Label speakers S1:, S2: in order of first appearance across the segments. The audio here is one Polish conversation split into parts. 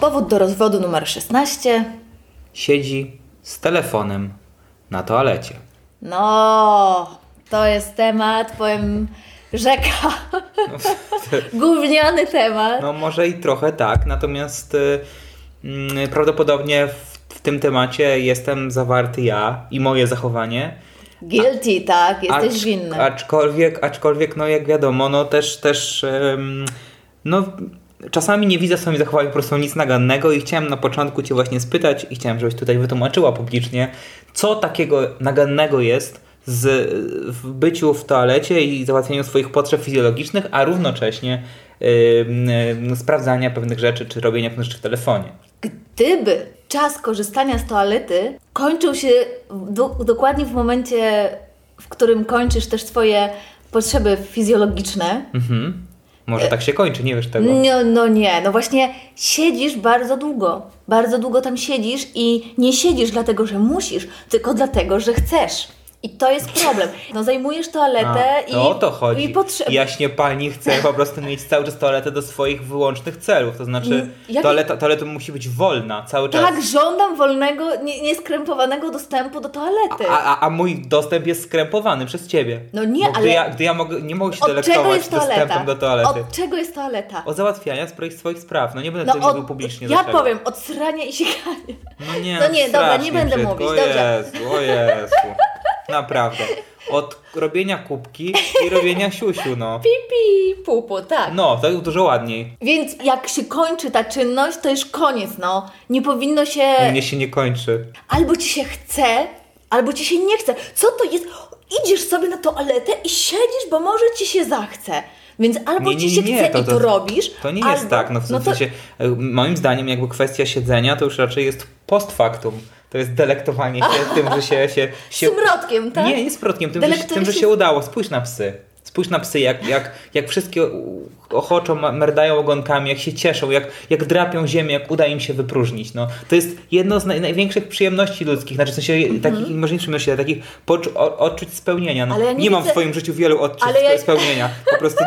S1: Powód do rozwodu numer 16.
S2: Siedzi z telefonem na toalecie.
S1: No, to jest temat, powiem, rzeka. Gówniany temat.
S2: No może i trochę tak, natomiast y, mm, prawdopodobnie w, w tym temacie jestem zawarty ja i moje zachowanie.
S1: Guilty, tak, jesteś
S2: Acz-
S1: winny.
S2: Aczkolwiek, aczkolwiek, no jak wiadomo, no też, też, em, no czasami nie widzę w swoim zachowaniu po prostu nic nagannego i chciałem na początku Cię właśnie spytać i chciałem, żebyś tutaj wytłumaczyła publicznie, co takiego nagannego jest z, w byciu w toalecie i załatwieniu swoich potrzeb fizjologicznych, a równocześnie em, em, sprawdzania pewnych rzeczy, czy robienia pewnych rzeczy w telefonie.
S1: Gdyby czas korzystania z toalety kończył się w- do, dokładnie w momencie, w którym kończysz też swoje potrzeby fizjologiczne,
S2: Mhm.
S1: E,
S2: Może tak się kończy, nie wiesz tego.
S1: no, no nie, no właśnie siedzisz bardzo długo. Bardzo długo tam siedzisz i nie siedzisz dlatego, że musisz, tylko dlatego, że chcesz. I to jest problem. No zajmujesz toaletę
S2: A,
S1: i.
S2: to o to chodzi.
S1: I potrze-
S2: Jaśnie pani chce po prostu mieć cały czas toaletę do swoich wyłącznych celów. To znaczy,
S1: Mm, jak-
S2: toaleta, toaleta musi być wolna cały czas.
S1: Tak, żądam wolnego, nie- nieskrępowanego dostępu do toalety.
S2: a, a, a mój dostęp jest skrępowany przez ciebie.
S1: No nie,
S2: Bo gdy
S1: ale-
S2: ja, gdy ja mogę, nie mogę się
S1: Od czego
S2: delektować
S1: jest toaleta?
S2: dostępem do toalety.
S1: Od czego jest toaleta?
S2: Od załatwiania swoich, swoich spraw. No nie będę tego mówił publicznie.
S1: ja
S2: dlaczego.
S1: powiem, od srania i sikania.
S2: No nie,
S1: No nie, dobra,
S2: strasznie
S1: nie będę
S2: brzydko.
S1: mówić,
S2: O
S1: dobrze.
S2: Jezu, o Jezu. Naprawdę. Od robienia kubki i robienia siusiu, no.
S1: Pipi, pupu, tak.
S2: No, to dużo ładniej.
S1: Więc jak się kończy ta czynność, to już koniec, no. Nie powinno się...
S2: U mnie się No nie kończy.
S1: Albo ci się chce, albo ci się nie chce. Co to jest? Idziesz sobie na toaletę i siedzisz, bo może ci się zachce. Więc albo
S2: Nie, nie,
S1: ci się
S2: nie,
S1: chce
S2: to-
S1: i to,
S2: to-
S1: robisz,
S2: To nie
S1: albo...
S2: jest tak, no w
S1: no to
S2: sensie, e, moim zdaniem jakby kwestia siedzenia to już raczej jest post factum. To jest delektowanie się tym, że się... się, się...
S1: z mrotkiem, tak?
S2: Nie, nie z protkiem, tym, że, się-
S1: Delektuje
S2: tym że
S1: się-
S2: się udało. Spójrz na psy. Spójrz na psy, jak, jak, jak wszystkie u- ochoczą, ma- merdają ogonkami, jak się cieszą, jak, jak drapią ziemię, jak uda im się wypróżnić. No, to jest jedno z naj, największych przyjemności ludzkich, znaczy w sensie
S1: Mhm.
S2: takich, może nie przyjemności, ale takich poczu, o, odczuć spełnienia. No,
S1: Ale ja nie
S2: nie mam w
S1: widzę-
S2: swoim w życiu wielu odczuć
S1: Ale ja-
S2: spełnienia. Po prostu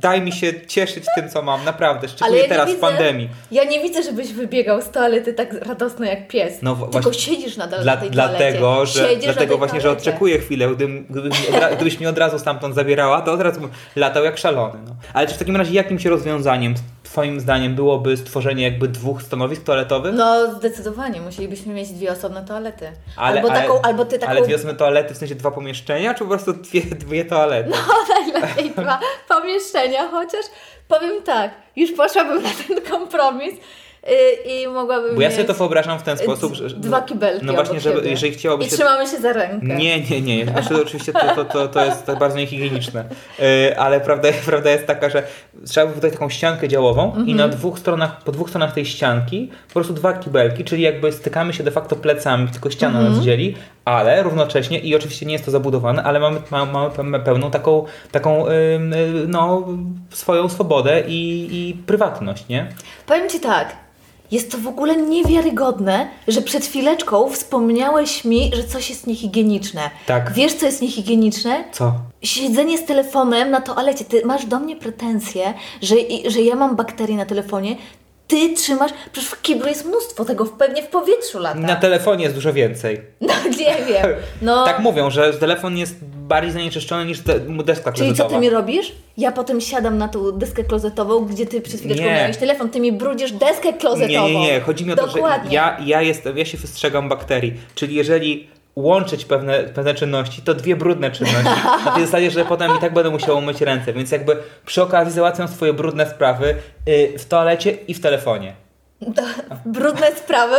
S2: daj mi się cieszyć tym, co mam, naprawdę, szczególnie
S1: nie
S2: teraz w
S1: widzę-
S2: pandemii.
S1: Ja nie widzę, żebyś wybiegał z toalety tak radosno jak pies.
S2: No
S1: No,
S2: wa-
S1: Tylko
S2: właśnie-
S1: siedzisz nadal
S2: Dla,
S1: na tej
S2: dlatego,
S1: toalecie.
S2: że,
S1: Siedzisz na
S2: dlatego
S1: tej
S2: właśnie, że
S1: toalecie.
S2: odczekuję chwilę, gdybym, gdybym, odra, gdybyś mnie od razu stamtąd zabierała, to od razu bym latał jak szalony. No. Ale czy w takim razie jakimś rozwiązaniem, twoim zdaniem, byłoby stworzenie jakby dwóch stanowisk toaletowych?
S1: No zdecydowanie, musielibyśmy mieć dwie osobne toalety.
S2: Ale,
S1: albo,
S2: ale,
S1: taką, albo ty taką...
S2: ale dwie osobne toalety, w sensie dwa pomieszczenia, czy po prostu dwie, dwie toalety?
S1: No, najlepiej dwa pomieszczenia, chociaż powiem tak, już poszłabym na ten kompromis yy, i mogłabym
S2: Bo ja
S1: mieć
S2: sobie to wyobrażam w ten
S1: d-
S2: sposób, że... że-
S1: dwa kibelki
S2: No właśnie,
S1: obok
S2: żeby,
S1: siebie.
S2: jeżeli chciałoby
S1: I
S2: się...
S1: trzymamy się za rękę.
S2: Nie, nie, nie. Znaczy, oczywiście to, to, to, to jest tak bardzo niehigieniczne. Yy, ale prawda, prawda jest taka, że trzeba by tutaj taką ściankę działową i
S1: Mhm.
S2: na dwóch stronach, po dwóch stronach tej ścianki po prostu dwa kibelki, czyli jakby stykamy się de facto plecami, tylko ściana
S1: Mhm.
S2: nas dzieli, ale równocześnie i oczywiście nie jest to zabudowane, ale mamy, ma- mamy pe- pełną taką, taką ym, y, no, swoją swobodę i, i prywatność, nie?
S1: Powiem Ci tak, jest to w ogóle niewiarygodne, że przed chwileczką wspomniałeś mi, że coś jest niehigieniczne.
S2: Tak.
S1: Wiesz, co jest niehigieniczne?
S2: Co?
S1: Siedzenie z telefonem na toalecie. Ty masz do mnie pretensje, że, i- że ja mam bakterie na telefonie. Ty trzymasz, przecież w kiblu jest mnóstwo tego, w- pewnie w powietrzu lata.
S2: Na telefonie jest dużo więcej.
S1: No nie wiem. No,
S2: Tak mówią, że telefon jest bardziej zanieczyszczony niż de- deska
S1: czyli co ty
S2: kredytowa.
S1: mi robisz? Ja potem siadam na tą deskę klozetową, gdzie ty przez chwileczkę
S2: Nie.
S1: miałeś telefon, ty mi brudzisz deskę
S2: Nie,
S1: klozetową.
S2: nie, nie. Chodzi mi o to,
S1: Dokładnie.
S2: że ja, ja, jestem, ja się wystrzegam bakterii. Czyli jeżeli łączyć pewne, pewne czynności, to dwie brudne czynności. Na tej zasadzie, że potem i tak będę musiał myć ręce. Więc jakby przy okazji załatwiam swoje brudne sprawy y, w toalecie i w telefonie.
S1: Brudne sprawy?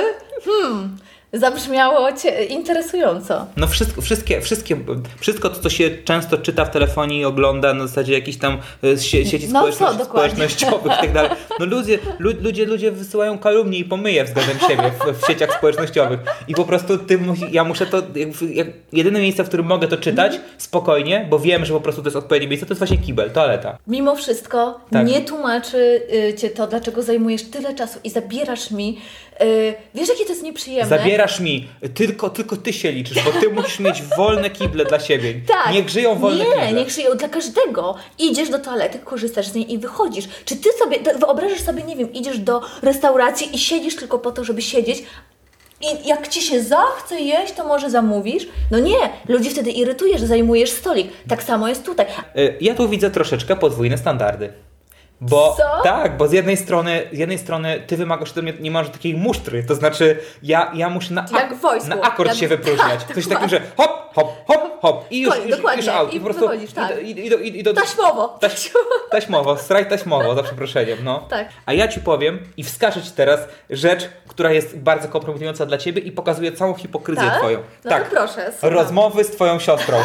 S1: Hmm. Zabrzmiało cie interesująco.
S2: No wszystko, wszystkie, wszystkie, wszystko to, co się często czyta w telefonie i ogląda na zasadzie jakichś tam e, sie, sieci
S1: No co,
S2: społeczności,
S1: dokładnie.
S2: społecznościowych i tak dalej. No ludzie, lu, ludzie, ludzie wysyłają kalumnie i pomyje względem siebie w, w sieciach społecznościowych. I po prostu ty, musi- ja muszę to, jak, jak, jedyne miejsce, w którym mogę to czytać
S1: Mhm.
S2: spokojnie, bo wiem, że po prostu to jest odpowiednie miejsce, to jest właśnie kibel, toaleta.
S1: Mimo wszystko
S2: Tak.
S1: nie tłumaczy y, cię to, dlaczego zajmujesz tyle czasu i zabierasz mi. Y, wiesz, jakie to jest nieprzyjemne?
S2: Zabierasz mi, tylko, tylko ty się liczysz, bo ty musisz mieć wolne kible dla siebie.
S1: Tak.
S2: Niech żyją wolne
S1: Nie,
S2: kible.
S1: niech żyją dla każdego. Idziesz do toalety, korzystasz z niej i wychodzisz. Czy ty sobie, to wyobrażasz sobie, nie wiem, idziesz do restauracji i siedzisz tylko po to, żeby siedzieć? I jak ci się zachce jeść, to może zamówisz? No nie, ludzi wtedy irytujesz, zajmujesz stolik. Tak samo jest tutaj.
S2: Y, Ja tu widzę troszeczkę podwójne standardy. Bo
S1: Co?
S2: tak, bo z jednej strony, z jednej strony ty wymagasz ode mnie nie masz takiej musztry, to znaczy ja, ja muszę na,
S1: Jak w wojsku.
S2: na akord
S1: Jak-
S2: się wypróżniać.
S1: tak,
S2: Coś takiego, że hop, hop, hop, hop i już,
S1: Koniec,
S2: już,
S1: dokładnie.
S2: już out.
S1: I
S2: po prostu
S1: wychodzisz, tak.
S2: i, do- i, do- i, i do,
S1: Taśmowo.
S2: Taś, taśmowo, straj taśmowo, za przeproszeniem, no.
S1: Tak.
S2: A ja ci powiem i wskażę ci teraz rzecz, która jest bardzo kompromitująca dla ciebie i pokazuje całą hipokryzję
S1: Tak?
S2: twoją.
S1: No
S2: tak.
S1: to proszę. słucham.
S2: Rozmowy z twoją siostrą.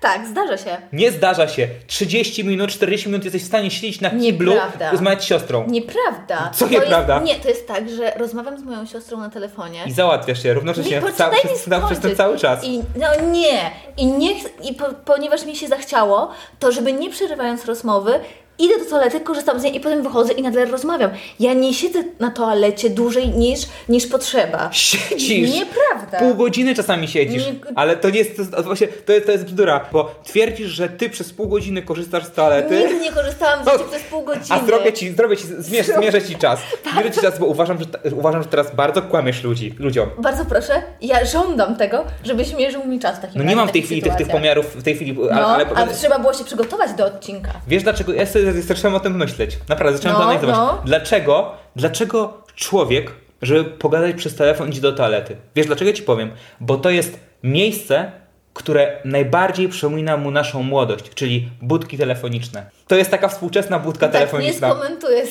S1: Tak, zdarza się.
S2: Nie zdarza się. 30 minut, 40 minut jesteś w stanie siedzieć na kiblu,
S1: Nieprawda.
S2: rozmawiać z siostrą.
S1: Nieprawda.
S2: Co
S1: To
S2: nieprawda?
S1: Jest, nie, to jest tak, że rozmawiam z moją siostrą na telefonie.
S2: I załatwiasz się równocześnie
S1: Nie,
S2: ca-
S1: poczekaj mi
S2: przez, na, przez ten
S1: skończyć.
S2: cały czas.
S1: I, no nie, i, nie ch- i po, ponieważ mi się zachciało, to żeby nie przerywając rozmowy, idę do toalety, korzystam z niej i potem wychodzę i nadal rozmawiam. Ja nie siedzę na toalecie dłużej niż, niż potrzeba.
S2: Siedzisz!
S1: Nieprawda.
S2: Pół godziny czasami siedzisz,
S1: Nie-
S2: ale to nie jest, to, jest- właśnie, to jest, to jest bzdura, bo twierdzisz, że ty przez pół godziny korzystasz z toalety,
S1: Nigdy nie korzystałam z
S2: No,
S1: życia przez pół godziny.
S2: a zrobię ci, zrobię ci, zmierz, zmierzę ci czas. Zmierzę ci czas, bo uważam, że, ta- uważam, że teraz bardzo kłamiesz ludzi, ludziom.
S1: Bardzo proszę, ja żądam tego, żebyś mierzył mi czas w takim
S2: No
S1: razie
S2: nie mam w tej
S1: takich
S2: chwili tych, tych
S1: sytuacjach.
S2: pomiarów, w tej chwili, ale,
S1: No,
S2: ale
S1: a trzeba było się przygotować do odcinka.
S2: Wiesz dlaczego? Ja sobie zacząłem o tym myśleć. Naprawdę, zacząłem
S1: No,
S2: to analizować.
S1: no.
S2: Dlaczego? Dlaczego człowiek, żeby pogadać przez telefon, idzie do toalety? Wiesz dlaczego ci powiem? Bo to jest miejsce, które najbardziej przypomina mu naszą młodość, czyli budki telefoniczne. To jest taka współczesna budka
S1: Tak, nie
S2: telefoniczna.
S1: skomentuję.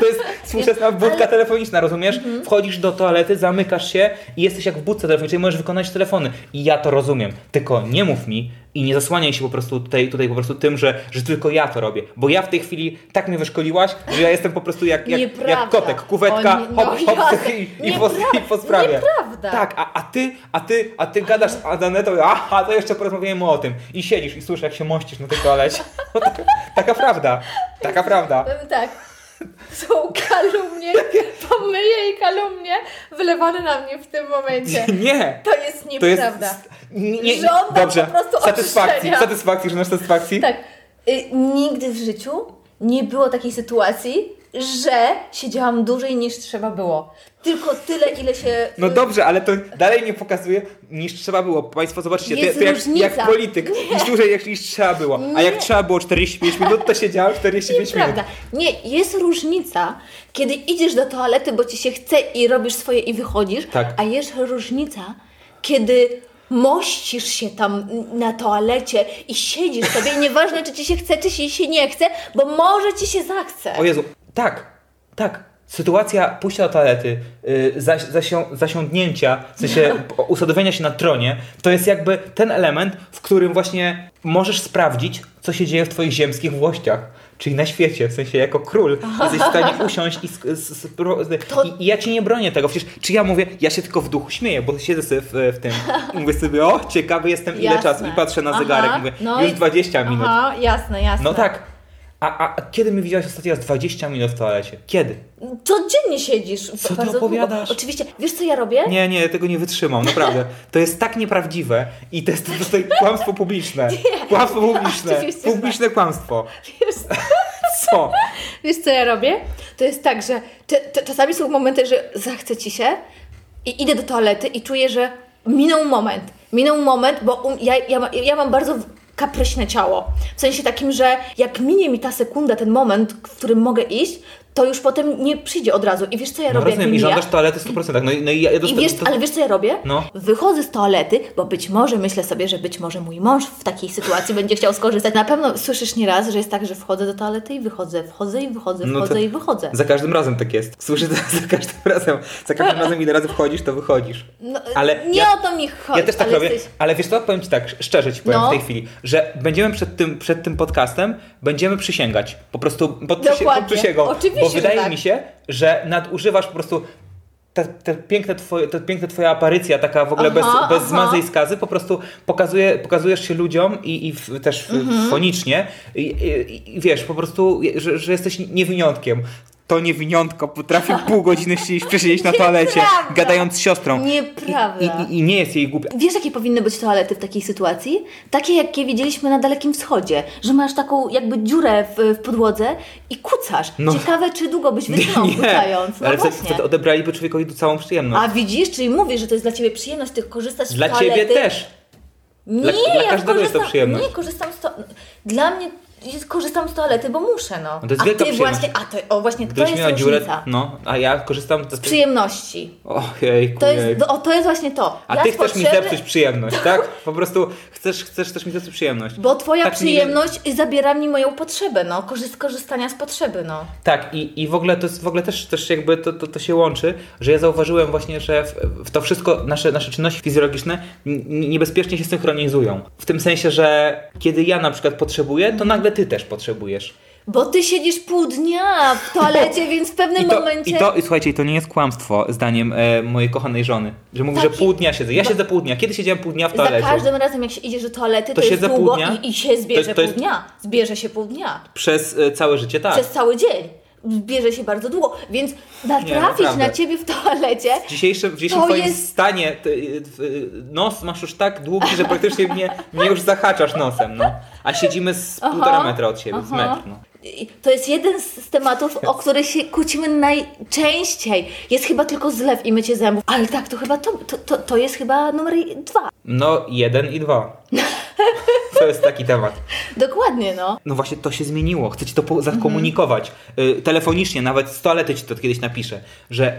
S2: To jest współczesna budka telefoniczna, rozumiesz?
S1: Mhm.
S2: Wchodzisz do toalety, zamykasz się i jesteś jak w budce telefonicznej, możesz wykonać telefony. I ja to rozumiem. Tylko nie mów mi i nie zasłaniaj się po prostu tutaj, tutaj po prostu tym, że, że tylko ja to robię. Bo ja w tej chwili tak mnie wyszkoliłaś, że ja jestem po prostu jak, jak,
S1: Nieprawda.
S2: jak kotek, kuwetka,
S1: O nie-
S2: hop,
S1: no
S2: hop
S1: ja-
S2: i, i, po, i po sprawie.
S1: nieprawda.
S2: Tak, a, a ty, a ty, a ty gadasz z Adanetą, aha, to jeszcze porozmawiajmy o tym. I siedzisz i słyszysz, jak się mościsz na tej toalecie. No, taka, taka prawda, taka prawda.
S1: Powiem tak. Są kalumnie, pomyje i kalumnie wylewane na mnie w tym momencie.
S2: Nie!
S1: To jest
S2: To jest.
S1: nieprawda.
S2: Nie,
S1: Żądam
S2: dobrze.
S1: po prostu
S2: satysfakcji,
S1: oczyszczenia.
S2: satysfakcji, że masz satysfakcji.
S1: Tak. Y, nigdy w życiu nie było takiej sytuacji, że siedziałam dłużej niż trzeba było. Tylko tyle, ile się. y,
S2: No dobrze, ale to dalej nie pokazuje niż trzeba było. Państwo zobaczcie, to,
S1: Jest
S2: to jak,
S1: różnica.
S2: jak polityk, niż dłużej jak, niż trzeba było. A
S1: Nie.
S2: jak trzeba było 45 minut, to siedziałem 45 minut.
S1: Nieprawda. Nie, jest różnica, kiedy idziesz do toalety, bo ci się chce i robisz swoje i wychodzisz,
S2: Tak.
S1: a jest różnica, kiedy mościsz się tam na toalecie i siedzisz sobie i nieważne, czy ci się chce, czy ci się nie chce, bo może ci się zachce.
S2: O Jezu, tak, tak. Sytuacja pójścia do toalety, yy, zasi- zasią, zasiądnięcia, w sensie po- usadowienia się na tronie, to jest jakby ten element, w którym właśnie możesz sprawdzić, co się dzieje w twoich ziemskich włościach, czyli na świecie, w sensie jako król jesteś w stanie usiąść i, sk- s- s- pro-
S1: To-
S2: i, i ja ci nie bronię tego, przecież czy ja mówię, ja się tylko w duchu śmieję, bo siedzę sobie w, w tym i mówię sobie, o ciekawy jestem ile
S1: Jasne.
S2: czasu i patrzę na
S1: Aha,
S2: zegarek i mówię,
S1: no
S2: już
S1: i-
S2: 20 minut.
S1: Aha, jasne, jasne.
S2: No tak. A, a- a kiedy mi widziałeś ostatni raz 20 minut w toalecie? Kiedy?
S1: Codziennie siedzisz.
S2: Co ty
S1: bardzo
S2: opowiadasz?
S1: Długo. Oczywiście. Wiesz, co ja robię?
S2: Nie, nie, tego nie wytrzymam, naprawdę. To jest tak nieprawdziwe i to jest to jest kłamstwo publiczne. Kłamstwo publiczne.
S1: Oczywiście, tak.
S2: Publiczne kłamstwo.
S1: Wiesz,
S2: Co?
S1: Wiesz, co ja robię? To jest tak, że te, te, czasami są momenty, że zachce ci się i idę do toalety i czuję, że minął moment. Minął moment, bo um, ja, ja, ma- ja mam bardzo kapryśne ciało. W sensie takim, że jak minie mi ta sekunda, ten moment, w którym mogę iść, to już potem nie przyjdzie od razu. I wiesz, co ja
S2: No
S1: robię? jak
S2: rozumiem,
S1: mi
S2: i
S1: mija?
S2: żądasz toalety w 100%. No, i- no i ja, ja
S1: I
S2: dosta-
S1: wiesz,
S2: to-
S1: ale wiesz co ja robię?
S2: No.
S1: Wychodzę z toalety, bo być może myślę sobie, że być może mój mąż w takiej sytuacji będzie chciał skorzystać. Na pewno słyszysz nieraz, że jest tak, że wchodzę do toalety i wychodzę, wchodzę i wychodzę,
S2: No to-
S1: wchodzę i wychodzę.
S2: Za każdym razem tak jest. Słyszę to za każdym razem. Za każdym razem, ile razy wchodzisz, to wychodzisz.
S1: No,
S2: ale
S1: nie
S2: ja-
S1: o to mi chodzi.
S2: Ja też tak
S1: ale
S2: robię,
S1: jesteś-
S2: ale wiesz co, powiem Ci tak, szczerze Ci powiem
S1: No.
S2: w tej chwili, że będziemy przed tym, przed tym podcastem, będziemy przysięgać, po prostu pod, przysię, pod
S1: Dokładnie.
S2: przysięgą,
S1: Oczywiście,
S2: bo
S1: że
S2: wydaje
S1: tak.
S2: mi się, że nadużywasz po prostu te, te piękne twoje, te piękne twoja aparycja, taka w ogóle bez,
S1: Aha,
S2: bez
S1: aha.
S2: zmazy i skazy, po prostu pokazuje, pokazujesz się ludziom i, i w, też w,
S1: Mhm.
S2: fonicznie i, i, i wiesz, po prostu, że, że jesteś niewyniątkiem. To niewiniątko potrafił pół godziny siedzieć- przesiedzieć na toalecie,
S1: Nieprawda.
S2: gadając z siostrą.
S1: Nieprawda.
S2: I, i, I nie jest jej głupia.
S1: Wiesz, jakie powinny być toalety w takiej sytuacji? Takie, jakie widzieliśmy na Dalekim Wschodzie, że masz taką jakby dziurę w, w podłodze i kucasz.
S2: No.
S1: Ciekawe, czy długo byś wytrzymał kucając. No
S2: ale wtedy,
S1: właśnie.
S2: wtedy odebraliby człowiekowi tu całą przyjemność.
S1: A widzisz, czyli mówisz, że to jest dla Ciebie przyjemność, Ty korzystasz z
S2: no. Dla
S1: toalety.
S2: ciebie też.
S1: Nie,
S2: Dla- dla
S1: ja
S2: każdego jest to
S1: korzystam-
S2: przyjemność.
S1: Nie, korzystam z to... Dla mnie jest, korzystam z toalety, bo muszę, no.
S2: No to jest
S1: a
S2: wielka
S1: Ty
S2: przyjemność.
S1: właśnie, a to, o właśnie, to
S2: Gdybyś
S1: jest
S2: miała
S1: różnica.
S2: dziurę, no, a ja korzystam z...
S1: Przyjemności.
S2: Ojej,
S1: To jest, o, to jest właśnie to.
S2: A
S1: ja
S2: ty
S1: z
S2: chcesz mi
S1: potrzeby-
S2: zepsuć przyjemność, tak? Po prostu chcesz, chcesz też mi zepsuć przyjemność.
S1: Bo twoja
S2: Tak mi-
S1: przyjemność zabiera mi moją potrzebę, no. Korzyst, korzystania z potrzeby, no.
S2: Tak, i, i w ogóle to jest, w ogóle też, też jakby to, to, to się łączy, że ja zauważyłem właśnie, że w, w to wszystko, nasze, nasze czynności fizjologiczne n- niebezpiecznie się synchronizują. W tym sensie, że kiedy ja na przykład potrzebuję, to nagle ty też potrzebujesz.
S1: Bo ty siedzisz pół dnia w toalecie, więc w pewnym
S2: I to,
S1: momencie...
S2: i, to, I słuchajcie, i to nie jest kłamstwo, zdaniem e, mojej kochanej żony, że mówi,
S1: Tak,
S2: że
S1: i-
S2: pół dnia siedzę. Ja
S1: bo-
S2: siedzę pół dnia. Kiedy siedziałem pół dnia w
S1: Za
S2: toalecie?
S1: każdym razem, jak się idziesz do toalety, to,
S2: To
S1: jest
S2: siedzę pół
S1: długo
S2: dnia?
S1: i, i się zbierze
S2: To jest- to jest-
S1: pół dnia. Zbierze się pół dnia.
S2: Przez e, całe życie, tak.
S1: Przez cały dzień. Zbierze się bardzo długo. Więc natrafić
S2: naprawdę.
S1: na ciebie w toalecie...
S2: W dzisiejszym, w dzisiejszym
S1: To
S2: twoim
S1: jest-
S2: stanie ty, y, w- y, nos masz już tak długi, że praktycznie mnie, mnie już zahaczasz nosem, no. A siedzimy z
S1: Aha,
S2: półtora metra od siebie, z
S1: aha.
S2: metr, no.
S1: I To jest jeden z z tematów, o których się kłócimy najczęściej. Jest chyba tylko zlew i mycie zębów. Ale tak, to chyba to, to, to, to jest chyba numer dwa.
S2: No, jeden i dwa. To jest taki temat.
S1: Dokładnie, no.
S2: No właśnie to się zmieniło. Chcę ci to po- zakomunikować.
S1: Mhm.
S2: Y, telefonicznie, nawet z toalety ci to kiedyś napiszę, że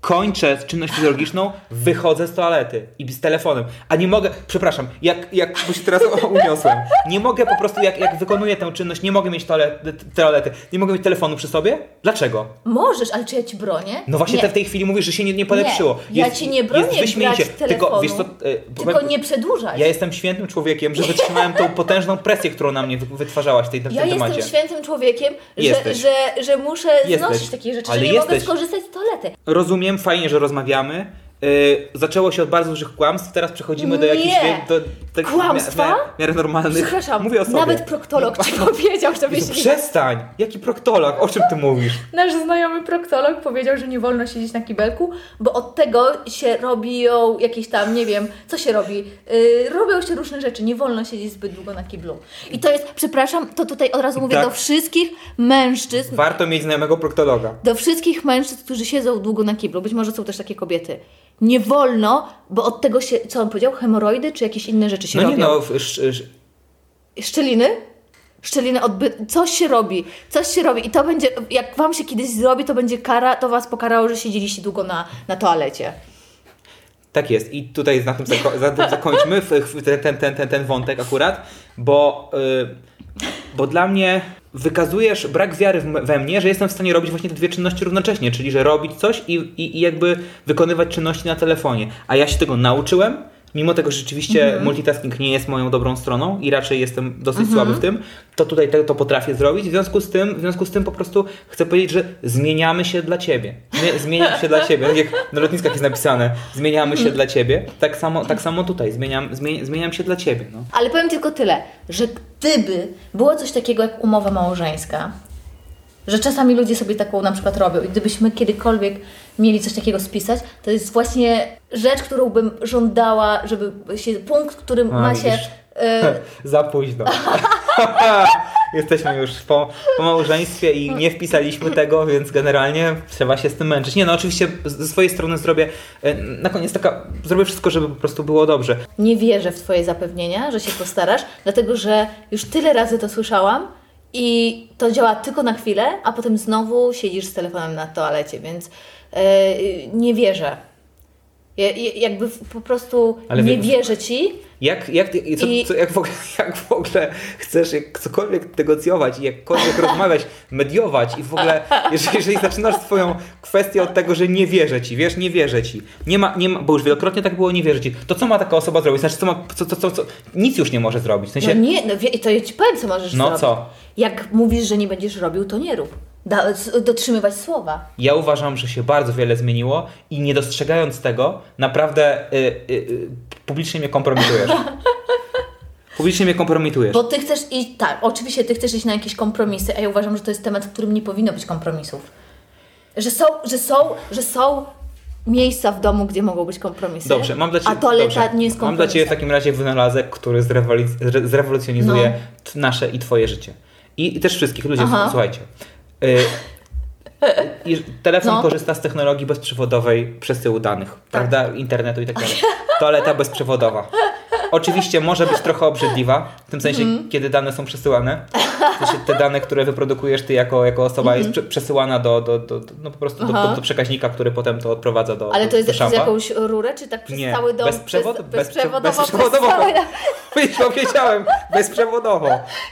S2: kończę czynność fizjologiczną, wychodzę z toalety i z telefonem. A nie mogę, przepraszam, jak, jak bo się teraz uniosłem. Nie mogę po prostu, jak, jak wykonuję tę czynność, nie mogę mieć toalety, toalety. Nie mogę mieć telefonu przy sobie? Dlaczego?
S1: Możesz, ale czy ja ci bronię?
S2: No właśnie
S1: nie.
S2: te w tej chwili mówisz, że się nie, nie polepszyło.
S1: Nie, ja ci nie bronię
S2: wyśmienicie.
S1: brać
S2: Tylko
S1: telefonu.
S2: wiesz co, y,
S1: Tylko nie przedłużaj.
S2: ja jestem świętym człowiekiem, że wytrzymałem tą potężną presję, którą na mnie wy- wytwarzałaś w tej w tym
S1: Ja
S2: temacie.
S1: jestem świętym człowiekiem, że,
S2: Jesteś.
S1: że, że muszę znosić
S2: Jesteś.
S1: takie rzeczy,
S2: Ale
S1: że nie mogę
S2: jesteś.
S1: skorzystać z toalety.
S2: Rozumiem, fajnie, że rozmawiamy. Yy, zaczęło się od bardzo dużych kłamstw, teraz przechodzimy do
S1: Nie.
S2: jakichś wie- do, do
S1: Kłamstwa?
S2: W miarę, w miarę normalnych.
S1: Przepraszam,
S2: Mówię o sobie.
S1: nawet proktolog ci powiedział, żebyś
S2: Jezu, Przestań! Jaki proktolog? O czym ty mówisz?
S1: Nasz znajomy proktolog powiedział, że nie wolno siedzieć na kibelku, bo od tego się robią jakieś tam, nie wiem, co się robi. Yy, robią się różne rzeczy, nie wolno siedzieć zbyt długo na kiblu. I to jest, przepraszam, to tutaj od razu mówię
S2: Tak.
S1: do wszystkich mężczyzn,
S2: Warto mieć znajomego proktologa.
S1: do wszystkich mężczyzn, którzy siedzą długo na kiblu, być może są też takie kobiety. Nie wolno, bo od tego się, co on powiedział, hemoroidy czy jakieś inne rzeczy się
S2: No nie
S1: robią.
S2: no, w- sz, sz,
S1: Szczeliny? Szczeliny odby... Coś się robi, coś się robi i to będzie, jak wam się kiedyś zrobi, to będzie kara, to was pokarało, że siedzieliście długo na, na toalecie.
S2: Tak jest. I tutaj na tym, zako- za tym zakończmy w- w- ten, ten, ten, ten, ten wątek akurat, bo, y, bo dla mnie wykazujesz brak wiary w m- we mnie, że jestem w stanie robić właśnie te dwie czynności równocześnie, czyli że robić coś i, i, i jakby wykonywać czynności na telefonie. A ja się tego nauczyłem. Mimo tego, że rzeczywiście multitasking nie jest moją dobrą stroną i raczej jestem dosyć słaby w tym, to tutaj te, to potrafię zrobić. W związku, z tym, w związku z tym po prostu chcę powiedzieć, że zmieniamy się dla ciebie. My zmieniamy się dla ciebie. Tak jak na lotniskach jest napisane, zmieniamy się dla ciebie. Tak samo, tak samo tutaj, zmieniam, zmieni, zmieniam się dla ciebie. No.
S1: Ale powiem tylko tyle, że gdyby było coś takiego jak umowa małżeńska, że czasami ludzie sobie taką na przykład robią i gdybyśmy kiedykolwiek mieli coś takiego spisać, to jest właśnie rzecz, którą bym żądała, żeby się, punkt, który ma się...
S2: widzisz.
S1: y,
S2: Za późno. Jesteśmy już po, po małżeństwie i nie wpisaliśmy tego, więc generalnie trzeba się z tym męczyć. Nie, no oczywiście z- ze swojej strony zrobię, e, na koniec taka, zrobię wszystko, żeby po prostu było dobrze.
S1: nie wierzę w Twoje zapewnienia, że się postarasz, dlatego że już tyle razy to słyszałam I to działa tylko na chwilę, a potem znowu siedzisz z telefonem na toalecie, więc e, nie wierzę. Ja, ja, jakby w- po prostu
S2: Ale
S1: nie
S2: wie-
S1: wierzę ci.
S2: Jak, jak, ty- co,
S1: I-
S2: co, jak, w ogóle, jak w ogóle chcesz jak cokolwiek negocjować i jakkolwiek rozmawiać, mediować i w ogóle, jeżeli, jeżeli zaczynasz swoją kwestię od tego, że nie wierzę ci, wiesz, nie wierzę ci, nie ma, nie ma bo już wielokrotnie tak było, nie wierzę ci, to co ma taka osoba zrobić? Znaczy, co ma, co, co, co, co nic już nie może zrobić, w sensie,
S1: No nie, no wie, to ja ci powiem, co możesz
S2: No
S1: zrobić.
S2: co?
S1: Jak mówisz, że nie będziesz robił, to nie rób. Da, s- dotrzymywać słowa.
S2: Ja uważam, że się bardzo wiele zmieniło i nie dostrzegając tego, naprawdę y, y, y, publicznie mnie kompromitujesz. Publicznie mnie kompromitujesz.
S1: Bo ty chcesz iść, tak, oczywiście ty chcesz iść na jakieś kompromisy, a ja uważam, że to jest temat, w którym nie powinno być kompromisów. Że są, że są, że są miejsca w domu, gdzie mogą być kompromisy.
S2: Dobrze, mam dla Ciebie,
S1: A toaleta
S2: dobrze,
S1: nie jest
S2: mam
S1: kompromisem.
S2: dla ciebie w takim razie wynalazek, który zrewolic- zre- zrewolucjonizuje t- nasze i Twoje życie. I, i też wszystkich ludzi,
S1: No. Aha.
S2: słuchajcie. Y, i- telefon
S1: No.
S2: korzysta z technologii bezprzewodowej przesyłu danych, prawda? Internetu i tak dalej. Toaleta bezprzewodowa. Oczywiście może być trochę obrzydliwa, w tym sensie,
S1: Mhm.
S2: kiedy dane są przesyłane. W sensie te dane, które wyprodukujesz ty jako, jako osoba, jest prze- przesyłana do, do, do, do, no po prostu do, do,
S1: Mhm. Aha.
S2: do przekaźnika, który potem to odprowadza do.
S1: Ale
S2: do,
S1: to jest
S2: do
S1: przez
S2: szampa.
S1: jakąś rurę, czy tak przez
S2: Nie,
S1: cały dom?
S2: bezprzewodowo,
S1: Przez, bezprzewodowo,
S2: bezprzewodowo.
S1: Przez cały,
S2: Wiesz, powiedziałem, bezprzewodowo.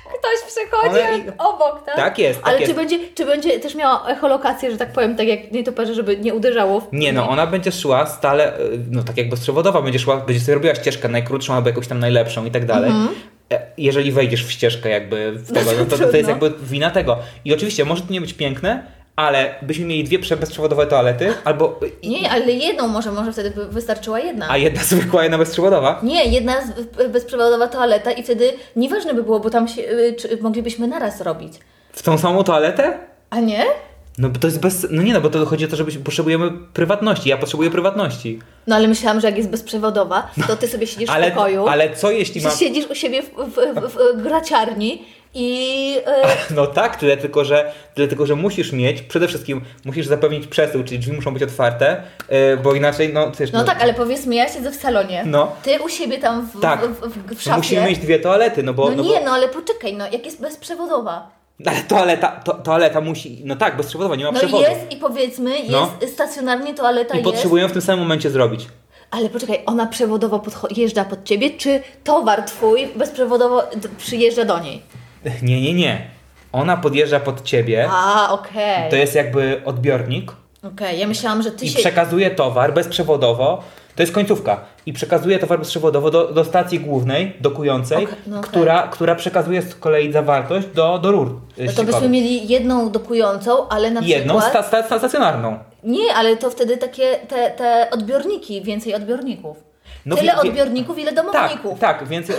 S1: ktoś przechodzi
S2: Ona i-
S1: obok, tak?
S2: Tak jest, tak
S1: Ale
S2: jest.
S1: Czy, będzie, czy będzie też miała echolokację, że tak powiem, tak jak nietoperze, żeby nie uderzało w
S2: Nie no, ona będzie szła stale, y, no tak jak bezprzewodowa, będzie szła, będzie sobie robiła ścieżkę najkrótszą albo jakąś tam najlepszą i tak dalej.
S1: Mhm.
S2: E, Jeżeli wejdziesz w ścieżkę jakby w tego,
S1: to
S2: no to, to jest
S1: trudno.
S2: jakby wina tego. I oczywiście może to nie być piękne, ale byśmy mieli dwie prze- bezprzewodowe toalety, albo i-
S1: Nie, ale jedną może, może wtedy by wystarczyła jedna.
S2: a jedna zwykła, jedna bezprzewodowa.
S1: Nie, jedna z- bezprzewodowa toaleta i wtedy nieważne by było, bo tam się, y, czy moglibyśmy naraz robić.
S2: W tą samą toaletę?
S1: A nie?
S2: No bo to jest bez... No nie no, bo to chodzi o to, że byś- potrzebujemy prywatności. Ja potrzebuję prywatności.
S1: No ale myślałam, że jak jest bezprzewodowa, to ty sobie siedzisz w
S2: Ale,
S1: pokoju,
S2: ale co jeśli
S1: że
S2: mam...
S1: siedzisz u siebie w, w, w, w graciarni i... y,
S2: No tak, tyle tylko, że, tyle tylko, że musisz mieć, przede wszystkim musisz zapewnić przesył, czyli drzwi muszą być otwarte, yy, bo inaczej, no wiesz,
S1: No tak, ale powiedzmy, ja siedzę w salonie,
S2: No.
S1: ty u siebie tam w,
S2: Tak.
S1: w, w, w
S2: no
S1: szafie.
S2: musimy mieć dwie toalety, no bo...
S1: No nie,
S2: bo,
S1: no ale poczekaj, no jak jest bezprzewodowa.
S2: Ale toaleta, to, toaleta musi, no tak, bez przewodowa, nie ma
S1: No i
S2: przewodu.
S1: jest i powiedzmy, jest
S2: No.
S1: stacjonarnie toaleta
S2: I
S1: jest.
S2: potrzebują w tym samym momencie zrobić.
S1: Ale poczekaj, ona przewodowo podcho- jeżdża pod ciebie, czy towar twój bezprzewodowo d- przyjeżdża do niej?
S2: Nie, nie, nie. Ona podjeżdża pod ciebie,
S1: A, okej.
S2: to jest jakby odbiornik
S1: Okej, ja myślałam, że ty
S2: i
S1: się.
S2: przekazuje towar bezprzewodowo, to jest końcówka, i przekazuje towar bezprzewodowo do, do stacji głównej, dokującej,
S1: Okej, no okej.
S2: która, która przekazuje z kolei zawartość do, do rur y,
S1: No to
S2: ściekowych.
S1: byśmy mieli jedną dokującą, ale na
S2: Jedną
S1: przykład.
S2: sta, sta, sta, stacjonarną.
S1: Nie, ale to wtedy takie te, te odbiorniki, więcej odbiorników.
S2: No
S1: Tyle
S2: wie- wie-
S1: odbiorników, ile
S2: Tak,
S1: domowników.
S2: tak, więc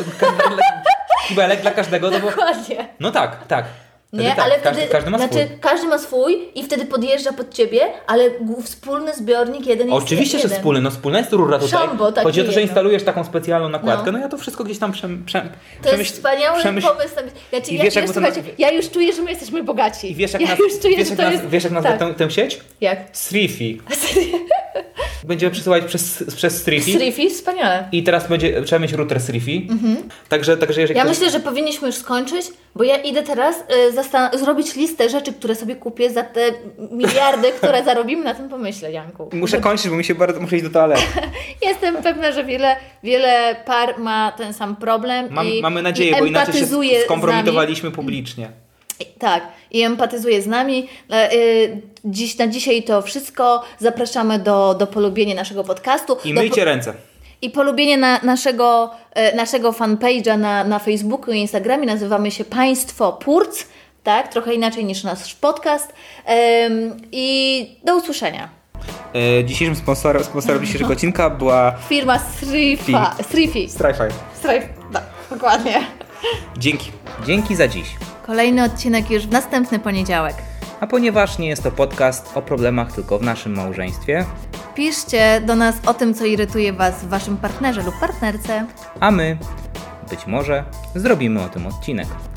S2: kibelek dla każdego, no bo...
S1: Dokładnie.
S2: No tak, tak. Wtedy
S1: Nie,
S2: tak,
S1: ale
S2: każdy,
S1: wtedy,
S2: każdy ma swój.
S1: znaczy każdy ma swój i wtedy podjeżdża pod ciebie, ale g- wspólny zbiornik jeden jest
S2: Oczywiście, że
S1: jeden.
S2: wspólny, no wspólna jest rura tutaj.
S1: Szambo takie
S2: Chodzi o to, że
S1: jedno.
S2: instalujesz taką specjalną nakładkę, no, ja to wszystko gdzieś tam przem, przem,
S1: To jest wspaniały pomysł. na- Znaczy,
S2: I
S1: ja,
S2: wiesz,
S1: ja,
S2: jakby to
S1: słuchajcie,
S2: na-
S1: ja już czuję, że my jesteśmy bogaci.
S2: I wiesz jak
S1: ja
S2: naz-
S1: już czuję,
S2: wiesz,
S1: że
S2: jak
S1: to
S2: naz-
S1: jest...
S2: wiesz jak nazwę
S1: tak.
S2: tę, tę sieć?
S1: Jak?
S2: Srifi. Będziemy przesyłać przez, przez Srifi.
S1: Strifi? Wspaniale.
S2: I teraz będzie, trzeba mieć router Srifi. Także, także jeżeli
S1: Mhm. Ja
S2: ktoś-
S1: myślę, że powinniśmy już skończyć, bo ja idę teraz y, zastan- zrobić listę rzeczy, które sobie kupię za te miliardy, które zarobimy na tym pomyśle, Janku.
S2: Muszę kończyć, bo mi się bardzo, muszę iść do toalety.
S1: Jestem pewna, że wiele, wiele par ma ten sam problem
S2: Mam,
S1: i
S2: mamy nadzieję,
S1: i
S2: bo inaczej
S1: empatyzuje
S2: się
S1: z
S2: skompromitowaliśmy publicznie.
S1: nami. Tak, i empatyzuje z nami. E, y, Dziś, na dzisiaj to wszystko. Zapraszamy do, do polubienia naszego podcastu.
S2: I
S1: do
S2: myjcie ręce.
S1: I polubienie na, naszego, e, naszego fanpage'a na, na Facebooku i Instagramie. Nazywamy się Państwo Purc, tak? Trochę inaczej niż nasz podcast. Em, I do usłyszenia.
S2: E, dzisiejszym sponsorem, sponsorem dzisiejszego odcinka była
S1: Firma Srifa. Srifi.
S2: Strify.
S1: Strif. Tak, dokładnie.
S2: Dzięki. Dzięki za dziś.
S1: Kolejny odcinek już w następny poniedziałek.
S2: A ponieważ nie jest to podcast o problemach tylko w naszym małżeństwie,
S1: Piszcie do nas o tym, co irytuje Was w Waszym partnerze lub partnerce.
S2: a my, być może, zrobimy o tym odcinek.